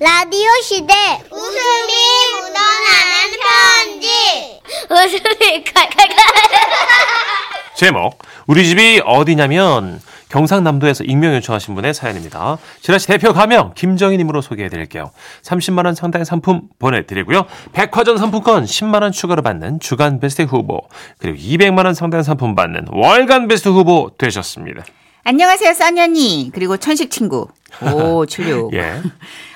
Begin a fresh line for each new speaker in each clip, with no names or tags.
라디오 시대 웃음이 묻어나는 편지 웃음이 칼칼칼
제목 우리 집이 어디냐면 경상남도에서 익명 요청하신 분의 사연입니다. 지라시 대표 가명 김정희님으로 소개해드릴게요. 30만 원 상당의 상품 보내드리고요. 백화점 상품권 10만 원 추가로 받는 주간 베스트 후보 그리고 200만 원 상당의 상품 받는 월간 베스트 후보 되셨습니다.
안녕하세요, 써니언니. 그리고 천식 친구. 오, 출요.
예.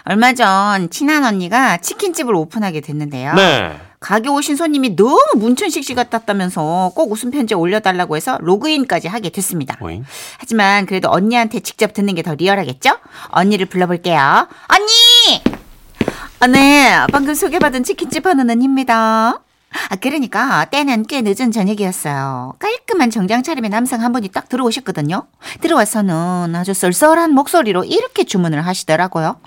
얼마 전 친한 언니가 치킨집을 오픈하게 됐는데요.
네.
가게 오신 손님이 너무 문천식 씨 같았다면서 꼭 웃음 편지 올려달라고 해서 로그인까지 하게 됐습니다.
오잉.
하지만 그래도 언니한테 직접 듣는 게 더 리얼하겠죠? 언니를 불러볼게요. 언니! 아, 네, 방금 소개받은 치킨집 하는 언니입니다. 아, 그러니까 때는 꽤 늦은 저녁이었어요. 깔끔한 정장 차림의 남성 한 분이 딱 들어오셨거든요. 들어와서는 아주 썰썰한 목소리로 이렇게 주문을 하시더라고요.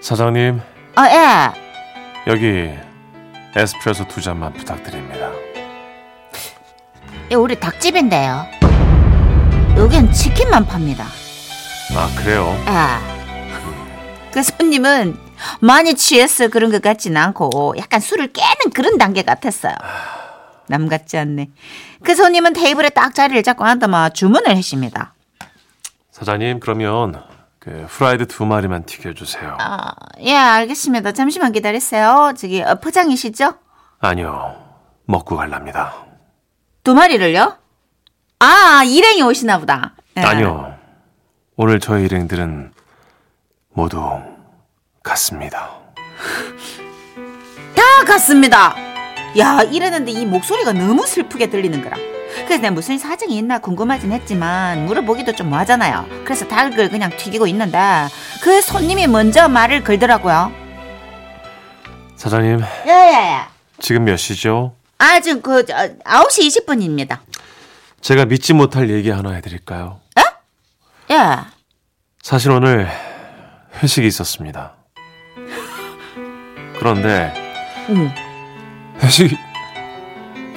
사장님
아, 예.
여기 에스프레소 두 잔만 부탁드립니다.
예, 우리 닭집인데요. 여긴 치킨만 팝니다.
아 그래요?
아. 그 손님은 많이 취해서 그런 것 같진 않고 약간 술을 깨는 그런 단계 같았어요. 남 같지 않네. 그 손님은 테이블에 딱 자리를 잡고 앉아마 주문을 했습니다.
사장님 그러면 그 프라이드 두 마리만 튀겨주세요.
아, 예, 알겠습니다. 잠시만 기다리세요. 저기 어, 포장이시죠?
아니요. 먹고 갈랍니다.
두 마리를요? 아, 일행이 오시나 보다. 예.
아니요. 오늘 저희 일행들은 모두 갔습니다.
다 갔습니다. 야, 이랬는데 이 목소리가 너무 슬프게 들리는 거라. 그래서 내가 무슨 사정이 있나 궁금하진 했지만 물어보기도 좀 뭐하잖아요. 그래서 닭을 그냥 튀기고 있는데 그 손님이 먼저 말을 걸더라고요.
사장님,
예예예.
지금 몇 시죠?
아 지금 그 저, 9시 20분입니다.
제가 믿지 못할 얘기 하나 해드릴까요?
예.
사실 오늘 회식이 있었습니다. 그런데
음.
회식이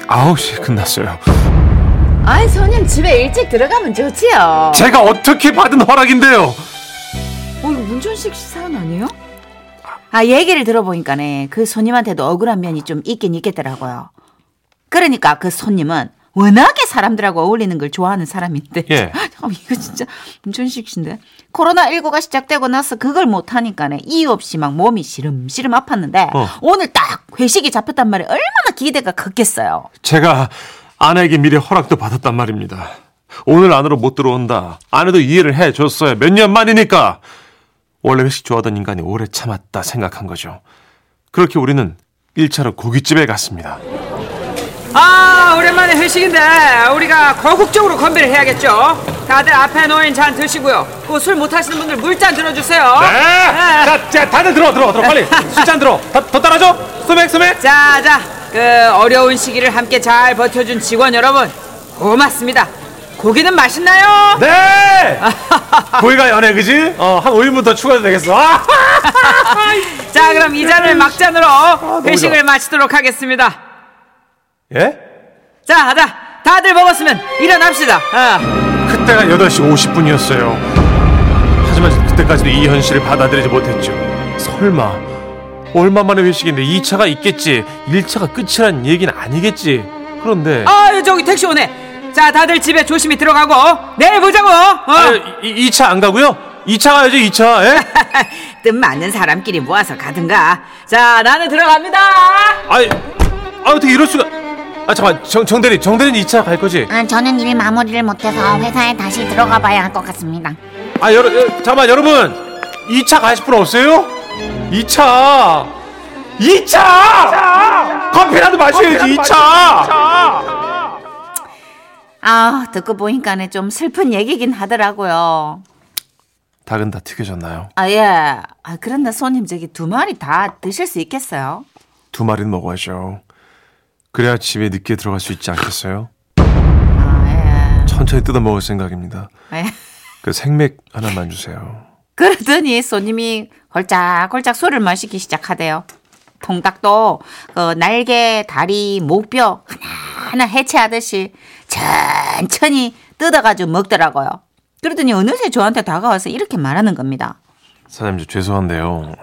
9시에 끝났어요.
아이 손님 집에 일찍 들어가면 좋지요.
제가 어떻게 받은 허락인데요?
어, 이거 문천식 씨 사연 아니에요? 아, 얘기를 들어보니까네. 그 손님한테도 억울한 면이 좀 있긴 있겠더라고요. 그러니까 그 손님은 워낙에 사람들하고 어울리는 걸 좋아하는 사람인데.
예.
잠깐만, 이거 진짜 문천식 씨인데. 코로나19가 시작되고 나서 그걸 못하니까네. 이유 없이 막 몸이 시름시름 아팠는데.
어.
오늘 딱 회식이 잡혔단 말에 얼마나 기대가 컸겠어요.
제가 아내에게 미리 허락도 받았단 말입니다. 오늘 안으로 못 들어온다. 아내도 이해를 해줬어요. 몇 년 만이니까. 원래 회식 좋아하던 인간이 오래 참았다 생각한 거죠. 그렇게 우리는 1차로 고깃집에 갔습니다.
아 오랜만에 회식인데 우리가 거국적으로 건배를 해야겠죠 다들 앞에 놓인 잔 드시고요 그 술 못하시는 분들 물잔 들어주세요
네!
네.
자, 자, 다들 들어, 들어, 들어, 빨리. 술잔 들어. 더, 더 따라줘. 소맥, 소맥.
자자 그 어려운 시기를 함께 잘 버텨준 직원 여러분 고맙습니다 고기는 맛있나요?
네! 고기가 연해, 그지? 어, 한 5인분 더 추가해도 되겠어. 아!
자 그럼 이 잔을 막잔으로
너무
회식을
네. 좋아.
마치도록 하겠습니다
예?
자 자, 다들 먹었으면 일어납시다 어.
그때가 8시 50분이었어요. 하지만 그때까지도 이 현실을 받아들이지 못했죠. 설마 얼마 만의 회식인데 2차가 있겠지. 1차가 끝이란 얘기는 아니겠지. 그런데
아유 저기 택시 오네 자 다들 집에 조심히 들어가고 내일 보자고 어.
아유, 예. 이, 2차 안 가고요? 2차 가야죠, 2차. 예?
뜻 맞는 사람끼리 모아서 가든가. 자, 나는 들어갑니다.
아이, 아 어떻게 이럴 수가? 아 잠깐 정, 정 대리, 정 대리는 2차 갈 거지?
아, 저는 이미 마무리를 못해서 회사에 다시 들어가 봐야 할 것 같습니다.
아 여러, 여, 잠깐만 여러분, 2차 가실 분 없어요? 2차, 2차, 커피라도 마셔야지 2차.
아, 듣고 보니까네 좀 슬픈 얘기긴 하더라고요.
닭은 다 튀겨졌나요?
아, 예. 아, 그런데 손님 저기 두 마리 다 드실 수 있겠어요?
두 마리는 먹어야죠. 그래야 집에 늦게 들어갈 수 있지 않겠어요?
아,
천천히 뜯어 먹을 생각입니다.
예. 예.
그 생맥 하나만 주세요.
그러더니 손님이 홀짝홀짝 술을 마시기 시작하대요. 통닭도 그 날개, 다리, 목뼈 하나하나 해체하듯이 천천히 뜯어가지고 먹더라고요. 그러더니 어느새 저한테 다가와서 이렇게 말하는 겁니다.
사장님 저 죄송한데요.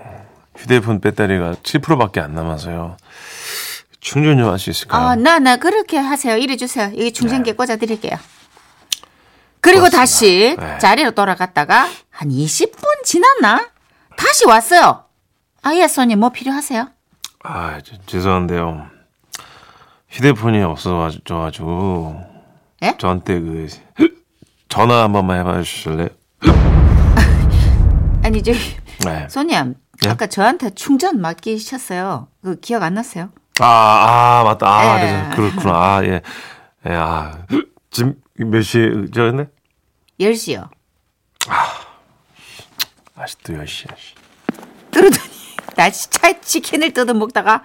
휴대폰 배터리가 7%밖에 안 남아서요. 충전 좀 할 수 있을까요?
아, 나, 나, 그렇게 하세요. 이래 주세요. 여기
네.
중생계 꽂아드릴게요. 그리고
고맙습니다.
다시
네.
자리로 돌아갔다가 한 20분 지났나? 다시 왔어요. 아예 손님 뭐 필요하세요?
아, 저- 죄송한데요. 휴대폰이 없어가지고
예?
저한테 그 전화 한 번만 해봐 주실래요?
아니, 저기,
네.
손님.
네?
아까 저한테 충전 맡기셨어요. 그 기억 안 났어요?
아, 아, 맞다. 아,
예.
그래서 그렇구나. 아, 예. 예, 아. 지금 몇 시죠, 근데?
10시요.
아직도 10시야. 씨.
뚫으더니 다시 차에 치킨을 뜯어 먹다가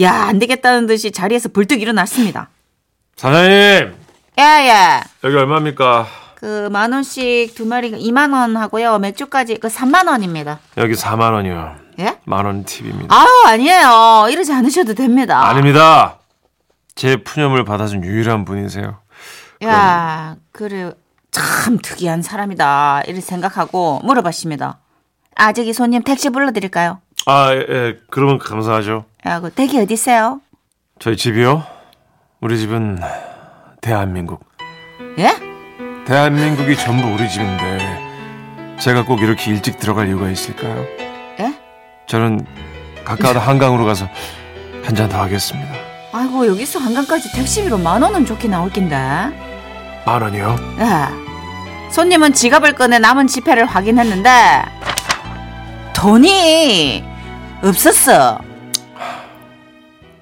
야, 안 되겠다는 듯이 자리에서 불뚝 일어났습니다.
사장님!
예, 예.
여기 얼마입니까?
그 만 원씩 두 마리가 2만 원 하고요. 맥주까지 그 3만 원입니다.
여기 4만 원이요.
예?
만원 팁입니다.
아우, 아니에요. 이러지 않으셔도 됩니다.
아닙니다. 제 푸념을 받아준 유일한 분이세요.
야, 그래. 참 특이한 사람이다. 이렇게 생각하고 물어봤습니다. 아, 저기 손님 택시 불러드릴까요?
아, 예, 예. 그러면 감사하죠.
야, 그 댁이 어디세요?
저희 집이요? 우리 집은 대한민국.
예?
대한민국이 전부 우리 집인데 제가 꼭 이렇게 일찍 들어갈 이유가 있을까요?
예?
저는 가까운 한강으로 가서 한 잔 더 하겠습니다.
아이고, 여기서 한강까지 택시비로 만 원은 좋게 나올 낀데.
만 원이요?
야, 손님은 지갑을 꺼내 남은 지폐를 확인했는데 돈이 없었어.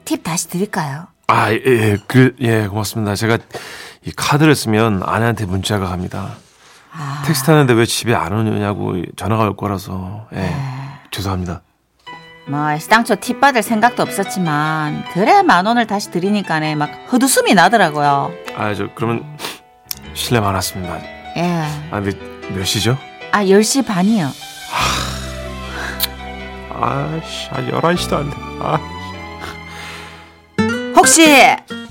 팁 다시 드릴까요?
아, 예, 예, 그, 예, 고맙습니다. 제가 이 카드를 쓰면 아내한테 문자가 갑니다. 택시 타는데 왜 집에 안 오냐고 전화가 올 거라서. 예. 죄송합니다.
뭐 시당초 팁 받을 생각도 없었지만 그래 만 원을 다시 드리니까네 막 헛웃음이 나더라고요.
아, 저 그러면 실례 많았습니다.
예,
아, 근데 몇 시죠?
아 10시 반이요.
아씨, 아, 11시도 안 돼. 아.
혹시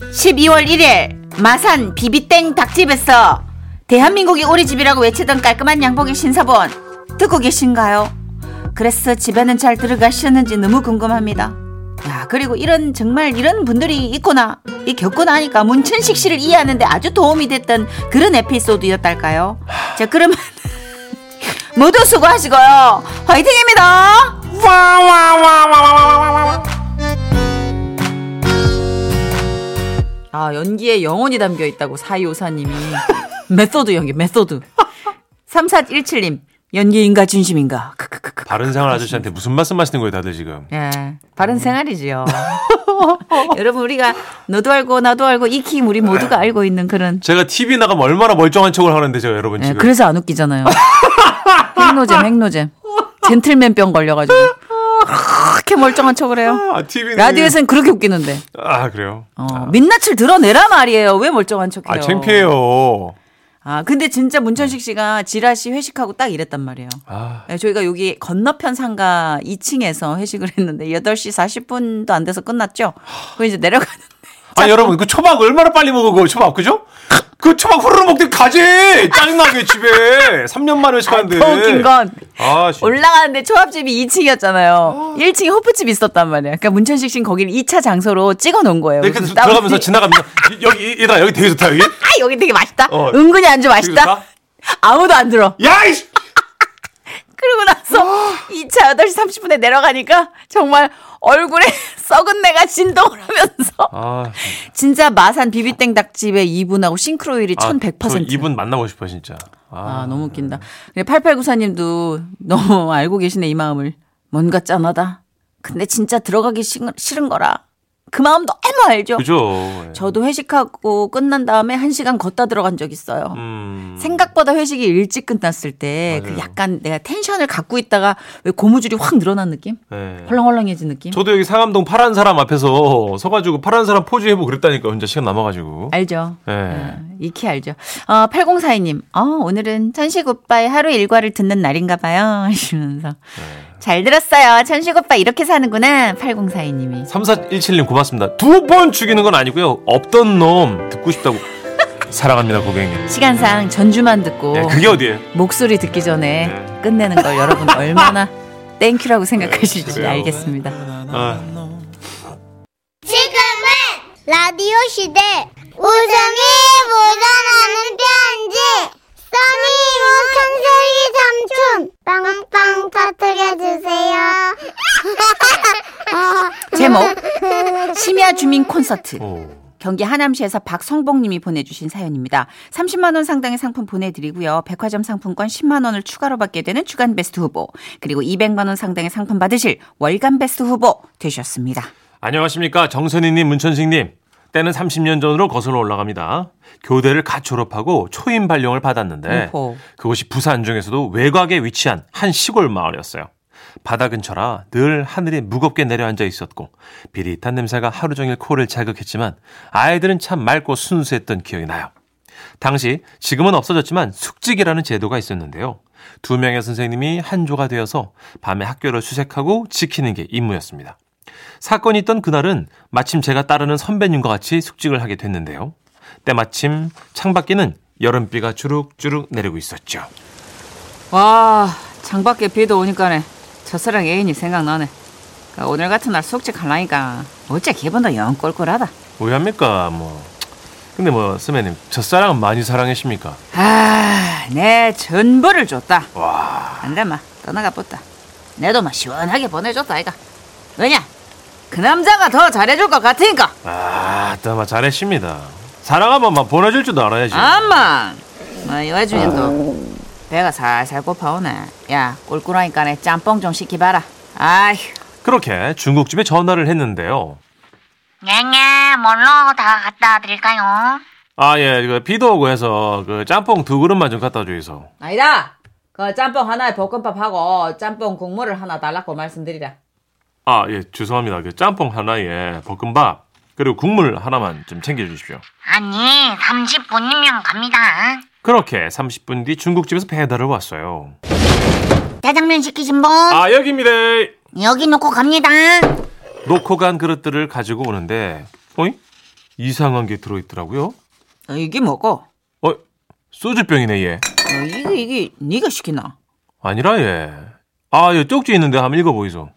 12월 1일 마산 비비땡 닭집에서 대한민국이 우리 집이라고 외치던 깔끔한 양복의 신사분 듣고 계신가요? 그래서 집에는 잘 들어가셨는지 너무 궁금합니다. 야, 그리고 이런 정말 이런 분들이 있구나. 이 겪고 나니까 문천식 씨를 이해하는데 아주 도움이 됐던 그런 에피소드였달까요? 자, 그러면 모두 수고하시고요. 화이팅입니다. 아, 연기에 영혼이 담겨 있다고 사이오사님이. 메소드 연기, 메소드. 3417님, 연기인가 진심인가? 크크크크.
바른 생활 아저씨한테 무슨 말씀 하시는 거예요, 다들 지금?
예,
음.
바른 생활이지요. 여러분, 우리가 너도 알고 나도 알고 익힘 우리 모두가
네.
알고 있는 그런.
제가 TV 나가면 얼마나 멀쩡한 척을 하는데 제가 여러분
예,
지금
그래서 안 웃기잖아요. 핵노잼, 핵노잼. 젠틀맨 병 걸려가지고. 그렇게 멀쩡한 척을 해요.
아, TV
라디오에서는 그렇게 웃기는데.
아 그래요?
어, 민낯을 드러내라 말이에요. 왜 멀쩡한 척해요?
아 창피해요.
아, 근데 진짜 문천식
네.
씨가 지라 씨 회식하고 딱 이랬단 말이에요.
아
네, 저희가 여기 건너편 상가 2층에서 회식을 했는데 8시 40분도 안 돼서 끝났죠. 그 이제 내려가는
아, 여러분 그 초밥 얼마나 빨리 먹어 그 초밥 그죠? 그 초밥 후루룩 먹듯 가지 짜증나게 집에 3년 만에 회식하는데
더 웃긴 건
아, 진짜.
올라가는데 초밥집이 2층이었잖아요. 1층에 호프집이 있었단 말이에요. 그러니까 문천식 씨는 거기를 2차 장소로 찍어 놓은 거예요.
네, 그래서
그래서 따로-
들어가면서 지나가면서 이- 여기 이- 얘들아 여기 되게 좋다 여기
아, 여기 되게 맛있다.
어. 그러니까?
은근히 안주 맛있다.
좋다.
아무도 안 들어.
야이씨
그러고
아.
나서 2차 8시 30분에 내려가니까 정말 얼굴에 썩은 내가 진동을 하면서
아,
진짜 마산 비비땡 닭집의 이분하고 싱크로율이
아,
1100%.
저 이분 만나고 싶어 진짜
아,
아,
너무 웃긴다. 근데 8894님도 너무 알고 계시네, 이 마음을. 뭔가 짠하다. 근데 진짜 들어가기 싫은, 싫은 거라. 그 마음 너무 알죠?
그죠? 예.
저도 회식하고 끝난 다음에 한시간 걷다 들어간 적 있어요.
음,
생각보다 회식이 일찍 끝났을 때 그
맞아요.
약간 내가 텐션을 갖고 있다가 왜 고무줄이 확 늘어난 느낌?
예.
헐렁헐렁해진 느낌?
저도 여기 상암동 파란 사람 앞에서 서가지고 파란 사람 포즈 해보고 그랬다니까 혼자 시간 남아가지고.
알죠.
예.
어, 익히 알죠. 어, 8042님, 어, 오늘은 천식 오빠의 하루 일과를 듣는 날인가 봐요. 하시면서.
네.
잘 들었어요. 천식 오빠 이렇게 사는구나. 8042님이.
3417님 고맙습니다. 두 번 죽이는 건 아니고요. 없던 놈 듣고 싶다고. 사랑합니다 고객님.
시간상 전주만 듣고
예, 그게 어디예요?
목소리 듣기 전에
네.
끝내는 걸 여러분 얼마나 땡큐라고 생각하실지 알겠습니다.
아,
지금은 라디오 시대 웃음이 묻어나는 편지 써니 우천세기 삼촌 빵빵 터뜨려주세요
제목 심야 주민 콘서트.
어.
경기 하남시에서 박성복님이 보내주신 사연입니다. 30만 원 상당의 상품 보내드리고요. 백화점 상품권 10만 원을 추가로 받게 되는 주간 베스트 후보 그리고 200만 원 상당의 상품 받으실 월간 베스트 후보 되셨습니다.
안녕하십니까 정선희님 문천식님 때는 30년 전으로 거슬러 올라갑니다 교대를 갓 졸업하고 초임 발령을 받았는데
오호.
그곳이 부산 중에서도 외곽에 위치한 한 시골 마을이었어요 바다 근처라 늘 하늘이 무겁게 내려앉아 있었고 비릿한 냄새가 하루 종일 코를 자극했지만 아이들은 참 맑고 순수했던 기억이 나요 당시 지금은 없어졌지만 숙직이라는 제도가 있었는데요. 두 명의 선생님이 한 조가 되어서 밤에 학교를 수색하고 지키는 게 임무였습니다. 사건이 있던 그날은 마침 제가 따르는 선배님과 같이 숙직을 하게 됐는데요. 때마침 창밖에는 여름비가 주룩주룩 내리고 있었죠.
와 장밖에 비도 오니까네 첫사랑 애인이 생각나네. 아, 오늘 같은 날 숙제 갈라니까 어째 기분도 영 꼴꼴하다.
왜 합니까? 뭐 근데 뭐 스매님 첫사랑은 많이 사랑하십니까?
아, 아내 전부를 줬다.
와
안돼마 떠나가 뻗다 내도 막 시원하게 보내줬다 아이가 왜냐 그 남자가 더 잘해줄 것 같으니까
아따마 잘했습니다. 사랑 한 번만 보내줄 줄 알아야지.
암만 어, 뭐이 와중에 또 배가 살살 고파오네 야 꿀꿀하니까 내 짬뽕 좀 시키봐라 아휴
그렇게 중국집에 전화를 했는데요.
냥냥 뭘로 다 갖다 드릴까요?
아, 예, 그 비도 오고 해서 그 짬뽕 두 그릇만 좀 갖다 주이소.
아니다 그 짬뽕 하나에 볶음밥하고 짬뽕 국물을 하나 달라고 말씀드리라
아, 예, 죄송합니다. 그 짬뽕 하나에 볶음밥, 그리고 국물 하나만 좀 챙겨주십시오.
아니 30분이면 갑니다
그렇게 30분 뒤 중국집에서 배달을 왔어요.
짜장면 시키신 분
아, 여기입니다.
어, 여기 놓고 갑니다
놓고 간 그릇들을 가지고 오는데, 어이? 이상한 게 들어있더라고요.
어, 이게 뭐고
어, 소주병이네, 얘.
어, 이게 이게 네가 시키나
아니라, 얘. 아, 예, 쪽지 있는데 한번 읽어보이소.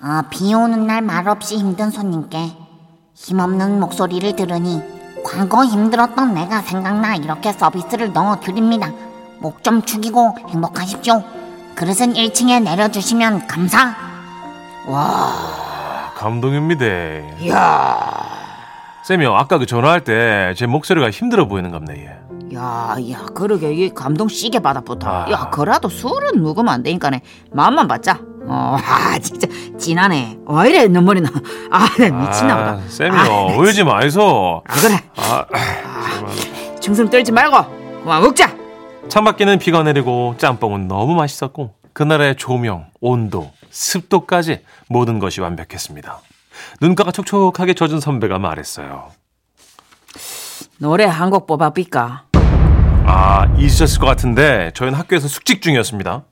아, 비 오는 날 말없이 힘든 손님께 힘없는 목소리를 들으니 과거 힘들었던 내가 생각나 이렇게 서비스를 넣어드립니다. 목 좀 축이고 행복하십시오. 그릇은 1층에 내려주시면 감사.
아, 감동입니다.
이야
쌤이요, 아까 그 전화할 때 제 목소리가 힘들어 보이는 갑네, 얘.
야, 야, 그러게 이 감동 시게 받아보다.
아.
야, 그래도 술은 먹으면 안 되니까네. 마음만 받자. 어, 아, 진짜 진하네. 왜 이래 눈물이 나. 아, 나 미친나 보다. 네.
아, 쌤이요, 울지 마이소.
아, 그래.
아,
중승 떨지 말고 그만 먹자.
창밖에는 비가 내리고 짬뽕은 너무 맛있었고 그날의 조명, 온도, 습도까지 모든 것이 완벽했습니다. 눈가가 촉촉하게 젖은 선배가 말했어요.
노래 한 곡 뽑아볼까?
아, 잊으셨을 것 같은데 저희는 학교에서 숙직 중이었습니다.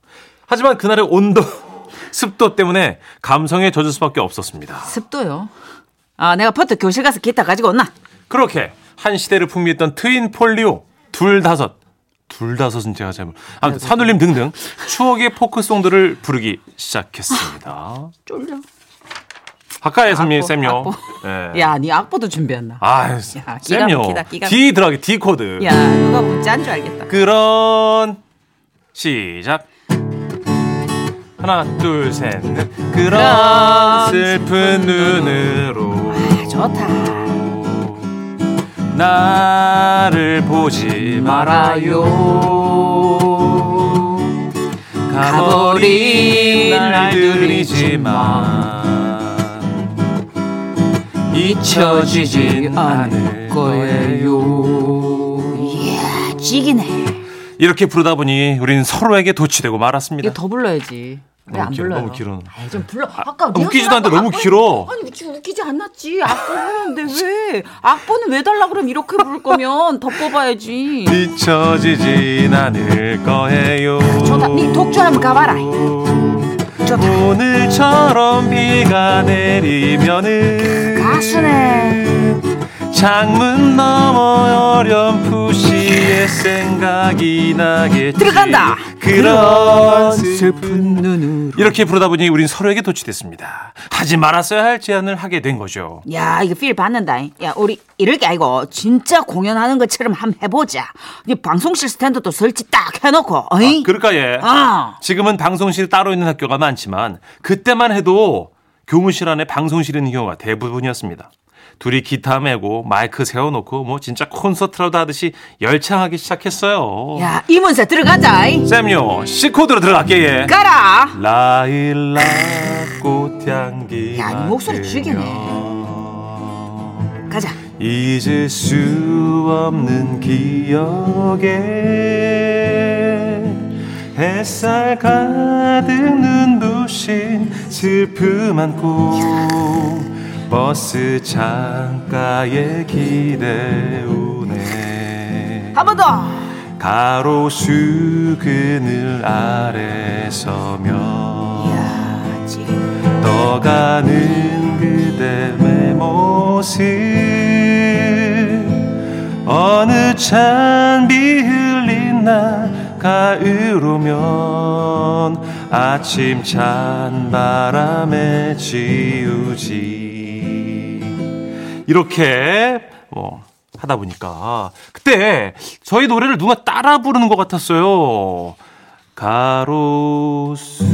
하지만 그날의 온도, 습도 때문에 감성에 젖을 수밖에 없었습니다.
습도요. 아, 내가 퍼트 교실 가서 기타 가지고 온나.
그렇게 한 시대를 풍미했던 트윈 폴리오 둘 다섯 둘 다섯은 제가 잘못
네,
아무튼 산울림 등등 추억의 포크송들을 부르기 시작했습니다.
쫄려.
아까 선미
악보,
쌤요.
악보.
예.
뭐. 야, 네 악보도 준비했나?
아
야, 기가
쌤요.
막히다, 기가
D 들어가게 D 코드.
야, 누가 뭔지안줄 알겠다.
그런 시작. 하나 둘 셋. 넷. 그런
그런
슬픈 눈으로.
아, 좋다.
나를 보지 말아요. 가버린 날들이지만 잊혀지진
아, 네.
않을 거예요.
이야, 지기네.
이렇게 부르다 보니 우린 서로에게 도취되고 말았습니다.
이게 더 불러야지. 왜 안
너무 길어,
불러요?
너무 길어.
아이, 좀 불러. 아까
아, 웃기지도 않는데 너무 길어.
아니 웃기, 웃기지 않았지. 악보는 근데 왜? 악보는 왜 달라 그럼 이렇게 부를 거면 더 뽑아야지.
잊혀지진 않을 거예요.
저다, 네 독주 한번 가봐라. 저다.
오늘처럼 비가 내리면은
가수네.
창문 넘어 어렴풋이의 생각이 나겠지
들어간다.
그런
슬픈 눈으로.
이렇게 부르다 보니 우린 서로에게 도취됐습니다. 하지 말았어야 할 제안을 하게 된 거죠.
야, 이거 필 받는다. 야, 우리 이럴 게 아니고 진짜 공연하는 것처럼 한번 해보자. 이 방송실 스탠드도 설치 딱 해놓고, 어이?
그럴까 예.
아.
지금은 방송실 따로 있는 학교가 많지만 그때만 해도 교무실 안에 방송실 있는 경우가 대부분이었습니다. 둘이 기타 메고 마이크 세워놓고 뭐 진짜 콘서트라도 하듯이 열창하기 시작했어요.
야, 이문세 들어가자. 이.
쌤요 C 코드로 들어갈게 예.
그 가라.
라일락 꽃향기
야, 네 목소리 가자.
잊을 수 없는 기억에 햇살 가득 눈부신 슬픔 안고 버스 창가에 기대우네
한 번 더.
가로수 그늘 아래 서면
야, 지.
떠가는 그대의 모습 어느 찬비 흘린 날 가을 오면 아침 찬 바람에 지우지 이렇게 뭐 하다 보니까 그때 저희 노래를 누가 따라 부르는 것 같았어요. 가로수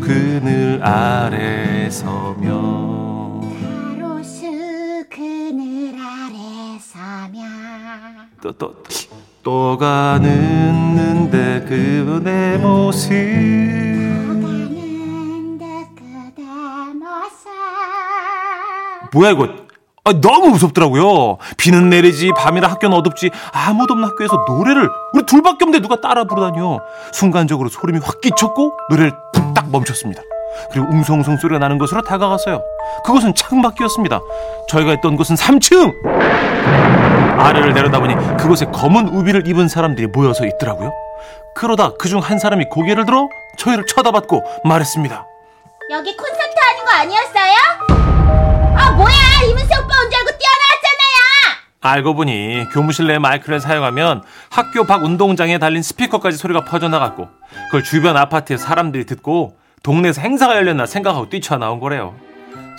그늘 아래 서면
하루수 그늘 아래 서면
또또 또 가는데 그분의 모습
가는 듯 그대 모습
뭐야 이거 아, 너무 무섭더라고요 비는 내리지 밤이라 학교는 어둡지 아무도 없는 학교에서 노래를 우리 둘밖에 없는데 누가 따라 부르다니요 순간적으로 소름이 확 끼쳤고 노래를 뚝딱 멈췄습니다 그리고 웅성웅성 소리가 나는 곳으로 다가갔어요 그곳은 창밖이었습니다 저희가 있던 곳은 3층 아래를 내려다보니 그곳에 검은 우비를 입은 사람들이 모여서 있더라고요. 그러다 그중 한 사람이 고개를 들어 저희를 쳐다봤고 말했습니다.
여기 콘서트 하는 거 아니었어요? 아 뭐야 이문세 오빠 온 줄 알고 뛰어나왔잖아요.
알고 보니 교무실 내 마이크를 사용하면 학교 밖 운동장에 달린 스피커까지 소리가 퍼져나갔고 그걸 주변 아파트의 사람들이 듣고 동네에서 행사가 열렸나 생각하고 뛰쳐나온 거래요.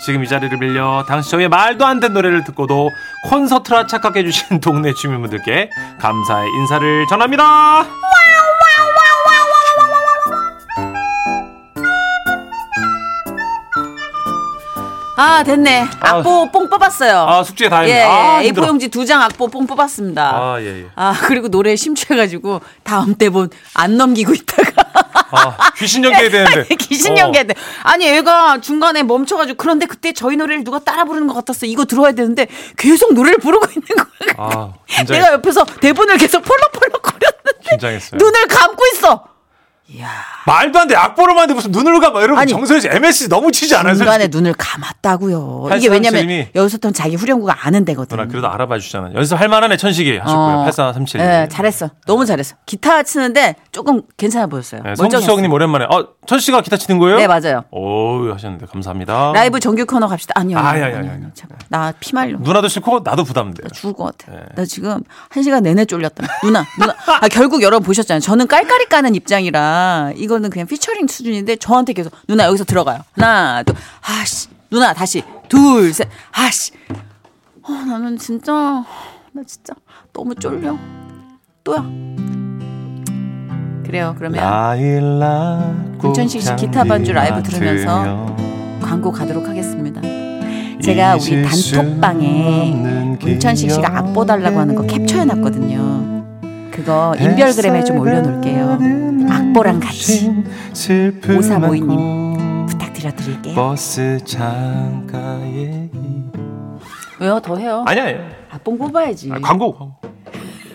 지금 이 자리를 빌려 당시 저의 말도 안 된 노래를 듣고도 콘서트라 착각해 주신 동네 주민분들께 감사의 인사를 전합니다.
아, 됐네. 악보 뽕 뽑았어요.
아 숙제 다 했네.
예,
아,
예.
힘들어.
A4 용지 두 장 악보 뽕 뽑았습니다.
아, 예, 예.
아, 그리고 노래에 심취해가지고 다음 때 본 안 넘기고 있다가.
아, 귀신 연기해야 되는데.
귀신
어.
연기했대. 아니 얘가 중간에 멈춰가지고 그런데 그때 저희 노래를 누가 따라 부르는 것 같았어. 이거 들어야 되는데 계속 노래를 부르고 있는 거야.
아, 긴장,
내가 옆에서 대본을 계속 펄럭펄럭 거렸는데
긴장했어요.
눈을 감고 있어.
말도 안 돼. 악보로 만데 무슨 눈을 감아. 여러분
아니,
정서에서 MSG 너무 치지 않아요.
중간에 눈을 감았다고요. 이게
팔십삼
왜냐면
쌤이
여기서 또 자기 후렴구가 아는 데거든.
누나 그래도 알아봐 주잖아. 연습할 만한 애 천식이 하셨고요.
음. 어.
8437.
예, 잘했어. 너무 잘했어. 기타 치는데 조금 괜찮아 보였어요.
네,
멀쩡했어.
성수형님 오랜만에. 어, 천식아 기타 치는 거예요?
네, 맞아요.
오, 하셨는데 감사합니다.
라이브 정규 코너 갑시다. 아니요.
어. 아,
아니요,
야, 야,
아니요,
야,
아니요.
야.
제발. 나 피말려.
누나도 싫고 나도 부담돼.
죽을 것 같아.
네.
나 지금 한 시간 내내 쫄렸다. 누나, 누나. 아, 결국 여러분 보셨잖아요. 저는 깔깔이 까는 입장이라 이거는 그냥 피처링 수준인데 저한테 계속 누나 여기서 들어가요. 하나, 둘, 아씨. 누나 다시 둘, 셋, 아씨. 어, 나는 진짜 나 진짜 너무 쫄려. 또야. 그래요. 그러면
라일락
문천식 씨 기타 반주 라이브 들으면서 광고 가도록 하겠습니다. 제가 우리
잊을 수
단톡방에
없는
문천식 씨가 악보 달라고 하는 거 캡처해 놨거든요. 그거 인별그램에 좀 올려놓을게요. 악보랑 같이 오사모이님. 부탁드려 드릴게요.
버스
네.
창가에
왜요? 더 해요.
아니야 아니야.
악보 뽑아야지.
아, 광고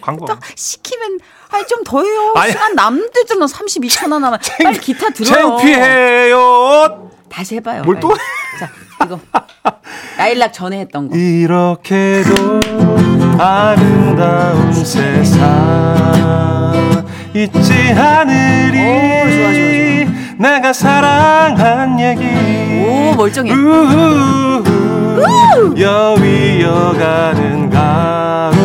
광고
딱 시키면 아니 좀 더 해요.
아니.
시간 남들면 32천 하나만 빨리 기타 들어요.
창피해요
다시 해봐요.
뭘 또?
빨리. 자 이거 라일락 전에 했던 거.
이렇게도 아름다운 세상 잊지 않으리
오, 좋아, 좋아,
내가 사랑한 얘기
오, 멀쩡해.
우후후. 여위여가는 가을